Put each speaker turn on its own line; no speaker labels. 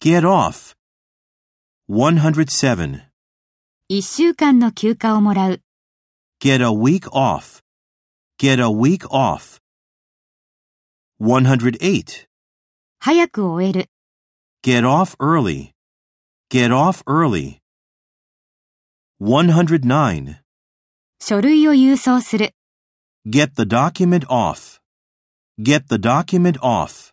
Get off. 107.
一週間の休暇をもらう。
Get a week off. Get a week off. 108.
早く終える。
Get off early. Get off early. 109.
書類を郵送する。
Get the document off. Get the document off.